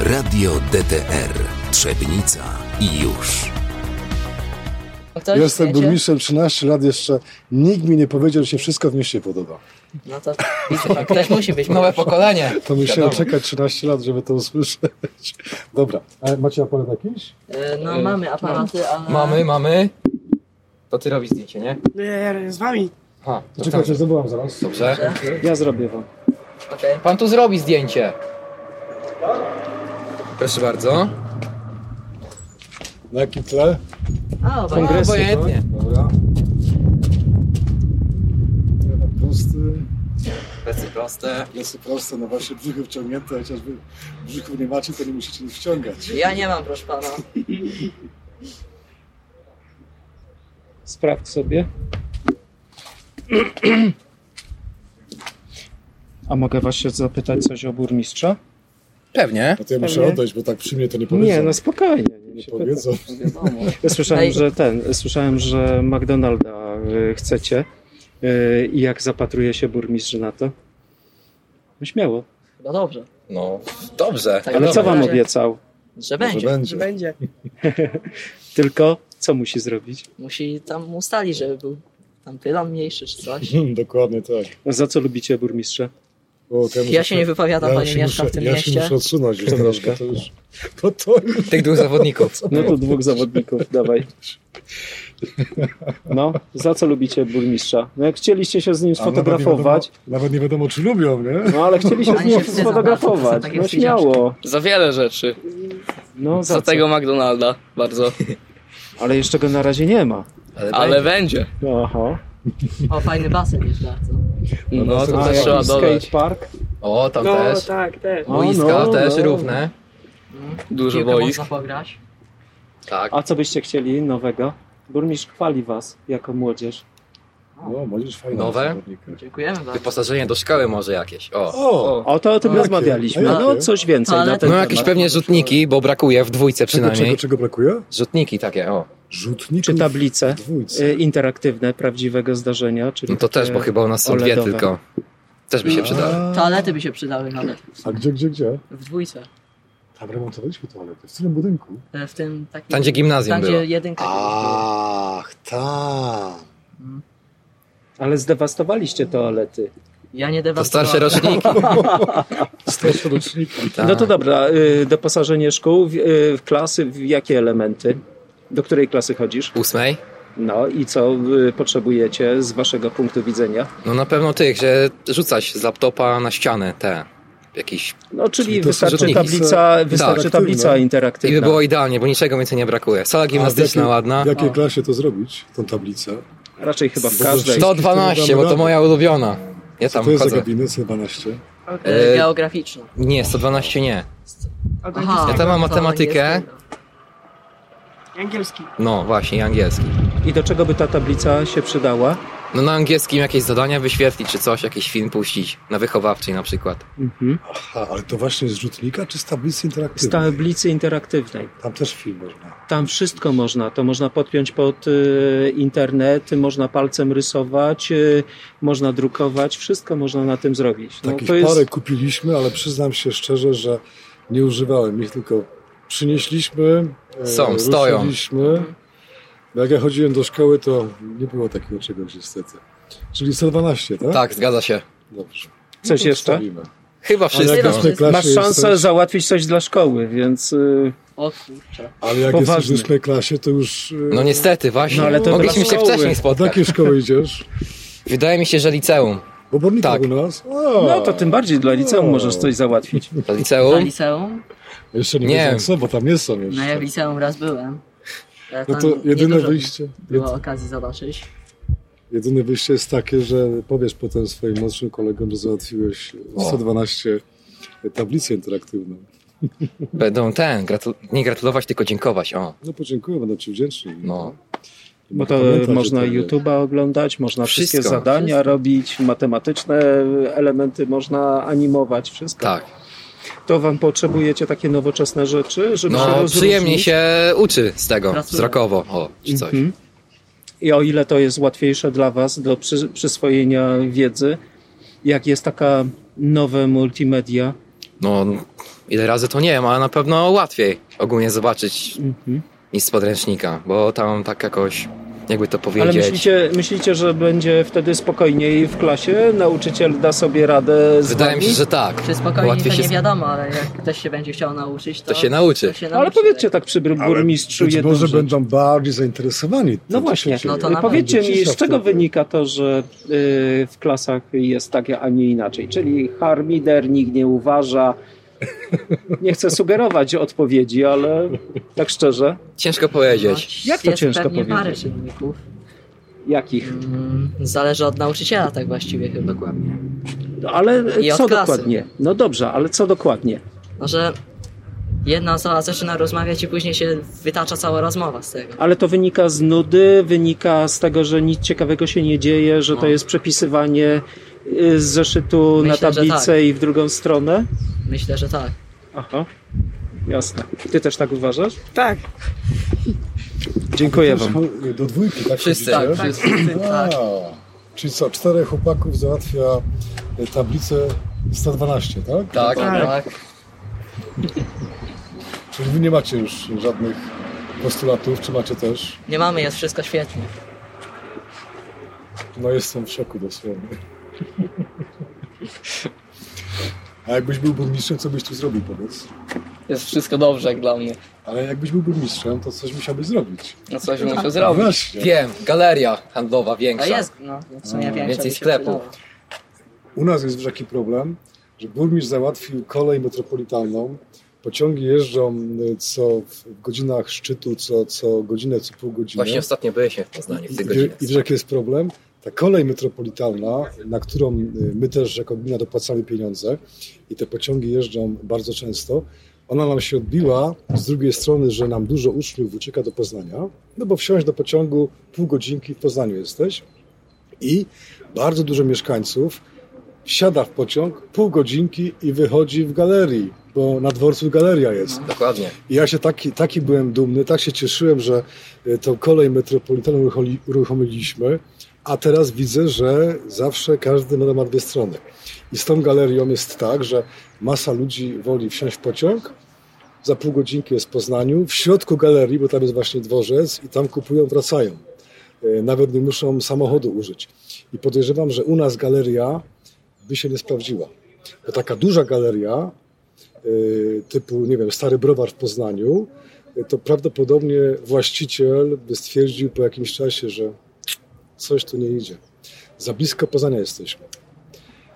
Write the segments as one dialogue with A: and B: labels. A: Radio DTR Trzebnica i już.
B: Coś
C: Jestem
B: No wiecie?
C: burmistrzem 13 lat jeszcze. Nikt mi nie powiedział, że się wszystko w mieście podoba.
B: No to widzę, tak też musi być.
D: Nowe pokolenie.
C: To musiałem
D: Wiadomo.
C: czekać 13 lat, żeby to usłyszeć. Dobra, a macie aparat jakiś?
B: E, No mamy aparaty, ale...
D: Mamy, mamy. To ty robisz zdjęcie, nie?
E: Nie, z wami.
D: Ha, to
C: Czekajcie,
D: tam.
C: zdobyłam zaraz.
D: Dobrze.
F: No tak. Ja zrobię wam.
B: Okej.
D: Pan tu zrobi zdjęcie. Proszę bardzo.
C: Na jakim tle?
B: A, obaj.
F: Kongresy,
D: Obojętnie.
C: Dobra. Jeden Prosty,
D: Plecy proste.
C: lesy proste, na wasze brzuchy wciągnięte, chociażby brzuchu nie macie, to nie musicie nic wciągać.
B: Ja nie mam, proszę pana.
F: Sprawdź sobie. A mogę was się zapytać coś o burmistrza?
D: Pewnie.
C: No to ja muszę
F: Pewnie.
C: odejść, bo tak przy mnie to nie powiedzą.
F: Nie, no spokojnie.
C: nie powiedzą.
F: Ja słyszałem,
B: Ej.
F: że ten, słyszałem, że McDonalda y, chcecie. Y, I jak zapatruje się burmistrz na to? No Śmiało.
B: No dobrze.
D: No, dobrze.
B: Tak,
F: Ale co
B: dobra.
F: wam obiecał?
B: Że
C: Że
B: będzie.
C: będzie.
E: Będzie.
F: Tylko co musi zrobić?
B: Musi tam ustalić, żeby był tam pylon mniejszy czy coś.
C: Hmm, Dokładnie tak.
F: No, Za co lubicie burmistrza?
C: O, to muszę-
B: Ja się nie wypowiadam, panie
C: się
B: mieszka w
C: muszę-
B: tym
C: No, ja się
B: mieście.
C: muszę odsunąć już
F: Troszkę.
C: troszkę. To już, bo to już
D: Tych dwóch zawodników.
F: No to dwóch zawodników, dawaj. No, za co lubicie burmistrza? No jak chcieliście się z nim sfotografować,
C: Nawet nie, wiadomo, nawet nie wiadomo, czy lubią, nie?
F: no ale chcieli się z
B: Ani
F: nim
B: się wstydzą,
F: sfotografować.
B: takie
F: No
B: wstydziaczki.
F: śmiało.
G: Za wiele rzeczy.
F: No
G: Za
F: za co?
G: tego McDonalda bardzo.
F: Ale jeszcze go na razie nie ma.
G: Ale będzie.
F: No, Aha.
B: O, fajny basen jest bardzo.
G: No to
F: A
G: też
F: jakiś
G: trzeba dodać.
F: skatepark?
D: O, tam
E: No,
D: też.
E: tak, też.
F: O,
D: Boiska
F: no,
D: też
F: no.
D: równe.
G: Dużo
B: Piłkę
G: boisk.
B: można pograć.
D: Tak.
F: A co byście chcieli nowego? Burmistrz chwali was jako młodzież.
C: No, możesz fajne.
D: Nowe?
C: zawodnika.
B: Dziękujemy bardzo.
D: Wyposażenie do szkoły może jakieś. O.
C: O!
F: O to o tym
C: Jakie?
F: rozmawialiśmy.
C: A jakie?
F: No coś więcej na
B: Ale-
F: ten
D: No
B: to
D: jakieś
F: temat.
D: pewnie rzutniki, bo brakuje w
C: Czego,
D: dwójce przynajmniej.
C: czego, czego brakuje?
D: Rzutniki takie, o.
C: Rzutników
F: Czy tablice
C: w dwójce.
F: y, interaktywne prawdziwego zdarzenia? Czyli
D: No to też, bo
F: takie-
D: chyba u nas są dwie
F: OLEDowe.
D: tylko. Też
C: No.
D: by się przydały.
C: A,
B: Toalety by się przydały nawet.
C: A gdzie, gdzie, gdzie?
B: W dwójce.
C: Tam remontowaliśmy toalety. W którym budynku?
B: E, W tym takim...
D: Tam, gdzie gimnazjum
B: Tam,
D: było.
B: gdzie jedynka.
C: Ach, tam.
F: Ale zdewastowaliście toalety.
B: Ja nie
D: To
B: dewastowałem.
D: starsze roczniki.
C: tak. Starsze roczniki.
D: Tak.
F: No to dobra, y, doposażenie szkół, w- y, w klasy, w jakie elementy? Do której klasy chodzisz?
D: Ósmej?
F: No i co y, potrzebujecie z waszego punktu widzenia?
D: No na pewno tych, że rzucać z laptopa na ścianę te jakieś.
F: No czyli,
C: Czyli to są
F: wystarczy
D: rzutniki.
F: tablica, wystarczy
C: Tak.
F: tablica
D: I
F: interaktywna.
D: by było idealnie, bo niczego więcej nie brakuje. Sala gimnastyczna
C: A w jakiej-
D: ładna.
C: W jakiej klasie to zrobić, tą tablicę?
F: Raczej chyba w
C: Bo
F: każdej.
C: to-
D: 112, bo to moja ulubiona. Ja
C: Co
D: tam
C: to jest za
D: chodzę.
C: gabinet 112?
B: E,
D: E,
B: Geograficzna.
D: Nie, 112 nie.
E: Od
B: Aha.
E: angielskiego.
D: Ja tam mam
B: to
D: matematykę.
B: angielskiego.
E: Angielski.
D: No właśnie, i angielski.
F: I do czego by ta tablica się przydała?
D: No na angielskim jakieś zadania wyświetlić czy coś, jakiś film puścić. Na wychowawczej na przykład.
C: Tak?
F: Mhm.
C: Aha, ale to właśnie z rzutnika czy z tablicy
F: Z
C: interaktywnej?
F: tablicy interaktywnej.
C: Tam też film można.
F: Tam wszystko można. To można podpiąć pod y, internet, można palcem rysować, y, można drukować, wszystko można na tym zrobić. No,
C: Takich
F: to jest
C: parę kupiliśmy, ale przyznam się szczerze, że nie używałem ich, tylko przynieśliśmy, e,
D: Są, stoją.
C: ruszyliśmy. No, Jak ja chodziłem do szkoły, to nie było takiego czegoś niestety. Czyli 112, tak?
D: Tak, zgadza się.
C: Dobrze.
F: coś
C: No to
F: jeszcze?
C: wstawimy.
D: Chyba
C: Ale jak
D: wszystko.
C: już w tej klasie
F: Masz szansę
C: jesteś,
F: załatwić coś dla szkoły, więc y,
B: O kurczę.
C: ale jak
F: Poważny.
C: jesteś w ósmej klasie, to już e,
D: No niestety, właśnie.
F: No, ale to
D: Mogliśmy
F: dla
D: się
F: szkoły.
D: wcześniej
C: do
D: spotkać.
C: jakiej szkoły idziesz?
D: Wydaje mi się, że liceum.
C: Bo Bornika
D: Tak.
C: u nas? O,
F: no to tym bardziej dla liceum możesz coś załatwić.
D: To
B: Na
D: Liceum?
B: liceum?
C: Jeszcze nie,
D: Nie.
C: wiem co, bo tam nie są jeszcze.
B: No ja w liceum raz byłem. E,
C: No
B: tam
C: to jedyne
B: niedużo
C: wyjście,
B: Było okazji zobaczyć.
C: jedyne wyjście jest takie, że powiesz potem swoim młodszym kolegom, że załatwiłeś
D: O.
C: 112 tablicę interaktywną.
D: Będą ten, gratu- nie gratulować, tylko dziękować. O,
C: No podziękuję, będę ci wdzięczny.
D: no.
F: Bo to
C: Pamiętaj,
F: można
C: że to jest.
F: YouTube'a oglądać, można wszystkie
D: Wszystko.
F: zadania robić, matematyczne elementy można animować, wszystko.
D: Tak.
F: To wam potrzebujecie takie nowoczesne rzeczy, żeby się
D: No,
F: rozróżnić?
D: przyjemnie się uczy z tego,
B: Pracuje.
D: wzrokowo, o, czy coś.
F: Mhm. I o ile to jest łatwiejsze dla Was do przy, przyswojenia wiedzy, jak jest taka nowe multimedia,
D: No, Ile razy to nie wiem, ale na pewno łatwiej ogólnie zobaczyć
F: Mhm.
D: nic z podręcznika, bo tam tak jakoś, jakby to
F: Ale
D: powiedzieć.
F: myślicie, myślicie, że będzie wtedy spokojniej w klasie? Nauczyciel da sobie radę z
D: Wydaje mi
F: wami?
D: się, że tak.
B: Czy spokojnie
D: Łatwiej
B: to
D: się
B: nie
D: z-
B: wiadomo, ale jak ktoś się będzie chciał nauczyć, to,
D: To się nauczy.
B: to się
F: Ale
B: nauczy.
F: powiedzcie tak przy burmistrzu
C: Być
F: jedną
C: może
F: rzecz.
C: będą bardziej zainteresowani. tym,
F: No
C: co
F: właśnie.
C: się dzieje.
B: No to na
F: Powiedzcie mi,
C: Cisza
F: z czego
C: wtedy.
F: wynika to, że y, w klasach jest tak, a nie inaczej? Czyli harmider nikt nie uważa. Nie chcę sugerować odpowiedzi, ale tak szczerze,
D: Ciężko
B: No,
D: powiedzieć.
F: Jak to
B: jest
F: ciężko
B: pewnie parę
F: powiedzieć?
B: czynników.
F: jakich?
B: Mm, zależy od nauczyciela tak właściwie chyba.
D: Dokładnie.
F: No, Ale
B: I od
F: co
B: klasy.
F: dokładnie? No dobrze, ale co dokładnie?
B: No, że jedna osoba zaczyna rozmawiać i później się wytacza cała rozmowa z tego.
F: Ale to wynika z nudy, wynika z tego, że nic ciekawego się nie dzieje, że to
B: No.
F: jest przepisywanie y, z zeszytu
B: Myślę,
F: na
B: że
F: tablicę
B: tak.
F: i w drugą stronę?
B: Myślę, że tak.
F: Aha, jasne. Ty też tak uważasz?
E: Tak.
F: Dziękuję wam.
C: Do dwójki, tak?
D: Wszyscy,
C: chodzicie?
D: tak, wszyscy.
C: A, Czyli co, czterech chłopaków załatwia e, tablicę 112, tak?
D: Tak,
E: Tak.
D: tak.
C: Czyli wy nie macie już żadnych postulatów, czy macie też?
B: Nie mamy, jest wszystko świetnie.
C: No jestem w szoku dosłownie. A jakbyś był burmistrzem, co byś tu zrobił, powiedz?
G: Jest wszystko dobrze jak dla mnie.
C: Ale jakbyś był burmistrzem, to coś musiałbyś zrobić.
G: No coś muszę zrobić.
C: Właśnie.
D: Wiem, galeria handlowa większa.
B: No. A jest, no, w sumie większa
D: Więcej
B: by się
D: sklepów.
B: przydała.
C: U nas jest taki problem, że burmistrz załatwił kolej metropolitalną. Pociągi jeżdżą e, co w godzinach szczytu, co, co godzinę, co pół godziny.
F: No.
D: Właśnie ostatnio byliśmy w Poznaniu w
C: I,
D: tych
C: wie-
D: godzinach.
C: I wiesz, jaki jest problem? Ta kolej metropolitalna, na którą y, my też jako gmina dopłacamy pieniądze i te pociągi jeżdżą bardzo często, ona nam się odbiła z drugiej strony, że nam dużo uczniów ucieka do Poznania, no bo wsiąść do pociągu pół godzinki w Poznaniu jesteś i bardzo dużo mieszkańców wsiada w pociąg pół godzinki i wychodzi w galerii, bo na dworcu galeria jest.
D: Dokładnie.
C: I Ja się taki, taki byłem dumny, tak się cieszyłem, że y, tą kolej metropolitalną uruchomi- uruchomiliśmy, a teraz widzę, że zawsze każdy ma ma dwie strony. I z tą galerią jest tak, że masa ludzi woli wsiąść w pociąg, za pół godzinki jest w Poznaniu, w środku galerii, bo tam jest właśnie dworzec i tam kupują, wracają. Y, Nawet nie muszą samochodu użyć. I podejrzewam, że u nas galeria by się nie sprawdziła. Bo taka duża galeria y, typu, nie wiem, Stary Browar w Poznaniu, y, to prawdopodobnie właściciel by stwierdził po jakimś czasie, że coś tu nie idzie. Za blisko Poznania jesteśmy.
D: To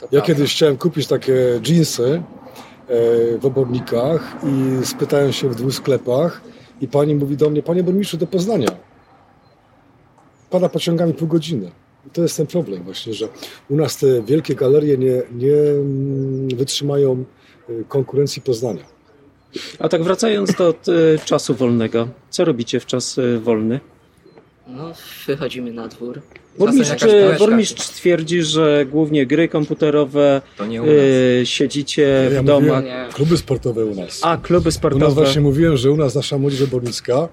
C: Ja
D: prawda.
C: kiedyś chciałem kupić takie dżinsy e, w obornikach i spytałem się w dwóch sklepach i pani mówi do mnie, panie burmistrzu, do Poznania. Pana pociągami pół godziny. I to jest ten problem właśnie, że u nas te wielkie galerie nie, nie mm, wytrzymają e, konkurencji Poznania.
F: A tak wracając do e, czasu wolnego, co robicie w czas e, wolny?
B: No, wychodzimy na dwór.
F: Burmistrz,
D: jakaś
F: e,
D: piłeczka.
F: burmistrz twierdzi, że głównie gry komputerowe,
D: To No nie u nas.
F: e, siedzicie
C: Ja
F: w domach.
C: mówiłem, kluby sportowe u nas.
F: A, kluby
C: U nas
F: sportowe.
C: właśnie mówiłem, że u nas nasza młodzież obornicka,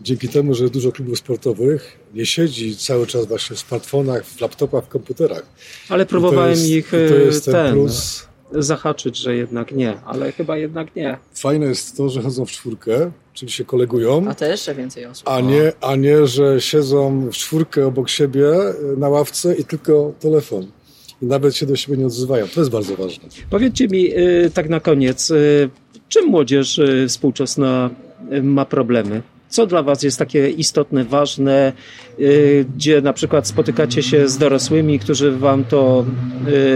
C: dzięki temu, że jest dużo klubów sportowych, nie siedzi cały czas właśnie w smartfonach, w laptopach, w komputerach.
F: Ale
C: I to
F: próbowałem
C: jest-
F: ich
C: i
F: e,
C: to jest ten,
F: ten,
C: plus.
F: zahaczyć, że jednak nie, ale chyba jednak nie.
C: Fajne jest to, że chodzą w czwórkę, czyli się kolegują,
B: A to jeszcze więcej osób.
C: a nie, a nie, że siedzą w czwórkę obok siebie y, na ławce i tylko telefon. I nawet się do siebie nie odzywają. To jest bardzo ważne.
F: Powiedzcie mi e, tak na koniec, e, czym młodzież e, współczesna e, ma problemy? Co dla Was jest takie istotne, ważne, e, gdzie na przykład spotykacie się z dorosłymi, którzy Wam to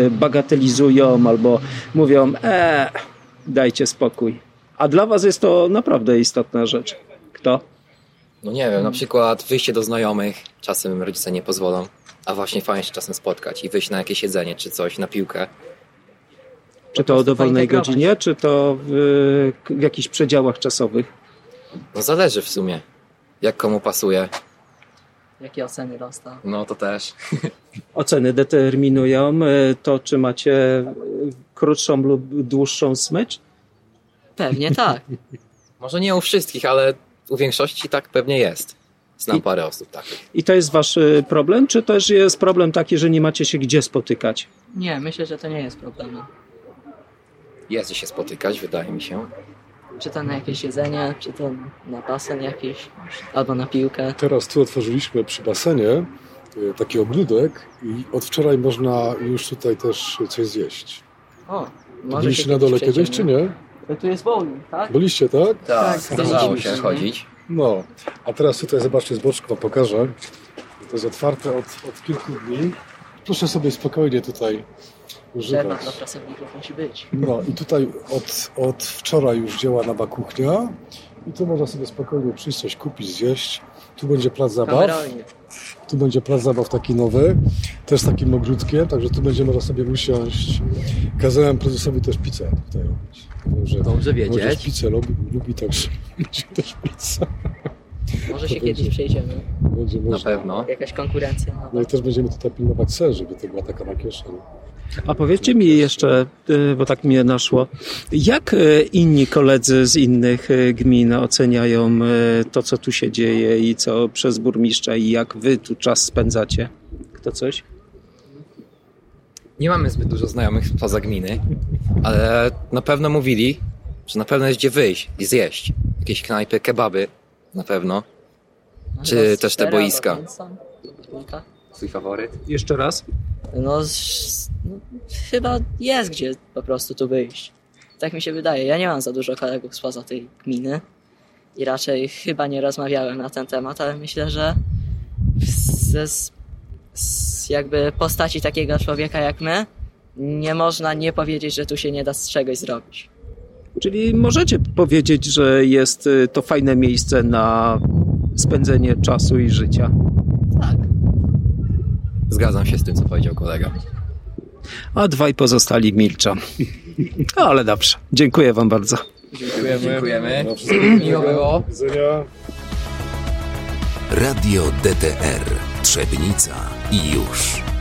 F: e, bagatelizują albo mówią, e, dajcie spokój. A dla Was jest to naprawdę istotna rzecz. Kto?
D: No nie wiem, na przykład wyjście do znajomych, czasem rodzice nie pozwolą, a właśnie fajnie się czasem spotkać i wyjść na jakieś jedzenie czy coś, na piłkę.
F: Czy to o dowolnej
B: pointegrować.
F: godzinie, czy to w, y, w jakichś przedziałach czasowych?
D: No zależy w sumie, jak komu pasuje.
B: Jakie oceny dostał.
D: No to też.
F: Oceny determinują e, to, czy macie e, krótszą lub dłuższą smycz?
B: Pewnie tak.
D: Może nie u wszystkich, ale u większości tak pewnie jest. Znam
F: I-
D: parę osób takich.
F: I to jest wasz e, problem, czy też jest problem taki, że nie macie się gdzie spotykać?
B: Nie, myślę, że to nie jest problemem.
D: Jest gdzie się spotykać, wydaje mi się.
B: Czy to na jakieś jedzenie, czy to na basen jakiś, albo na piłkę.
C: Teraz tu otworzyliśmy przy basenie y, taki ogródek i od wczoraj można już tutaj też coś zjeść.
B: O, może
C: Byliście
B: się
C: na dole kiedyś, czy
B: przejdziemy.
C: nie?
G: Tu jest bowling.
B: Tak?
C: Byliście, tak?
D: Tak, zdarzało
B: widzieliśmy,
D: się
B: nie?
D: chodzić.
C: No, a teraz tutaj zobaczcie z boczku, wam pokażę. To jest otwarte od, od kilku dni. Proszę sobie spokojnie tutaj
B: Przerwa
C: używać.
B: dla pracowników musi być.
C: No i tutaj od, od wczoraj już działa nowa kuchnia i tu można sobie spokojnie przyjść, coś kupić, zjeść. Tu będzie plac zabaw,
B: Kameralnie.
C: tu będzie plac zabaw taki nowy, też z takim ogródkiem, także tu będzie można sobie usiąść. Kazałem prezesowi też pizzę tutaj robić. Wiem, że
D: Dobrze
C: Wojciech
D: wiedzieć.
C: pizzę lubi, lubi także będzie też pizza.
B: Może się
C: To będzie.
B: kiedyś przejdziemy.
C: Będzie
D: Na
C: można.
D: pewno.
B: Jakaś konkurencja. nowa.
C: No i też będziemy tutaj pilnować ser, żeby to była taka na kieszeni.
F: A powiedzcie mi jeszcze, y, bo tak mnie naszło, jak y, inni koledzy z innych y, gmin oceniają y, to, co tu się dzieje i co przez burmistrza i jak wy tu czas spędzacie? Kto coś?
D: Nie mamy zbyt dużo znajomych poza gminy, ale na pewno mówili, że na pewno jest gdzie wyjść i zjeść. Jakieś knajpy, kebaby na pewno. Czy
B: Teraz
D: też te
B: Sfera,
D: boiska?
B: Robinson, Barbarnika.
D: Swój faworyt?
F: Jeszcze raz?
B: No, s- no, chyba jest gdzie po prostu tu wyjść. Tak mi się wydaje. Ja nie mam za dużo kolegów spoza tej gminy i raczej chyba nie rozmawiałem na ten temat, ale myślę, że ze z, z jakby postaci takiego człowieka jak my nie można nie powiedzieć, że tu się nie da z czegoś zrobić.
F: Czyli możecie powiedzieć, że jest y, to fajne miejsce na spędzenie czasu i życia.
B: Tak.
D: Zgadzam się z tym, co powiedział kolega.
F: A dwaj pozostali milczą. Ale dobrze. Dziękuję wam bardzo.
D: Dziękujemy. Dziękujemy.
G: Miło było.
C: Widzenia.
A: Radio DTR Trzebnica i już.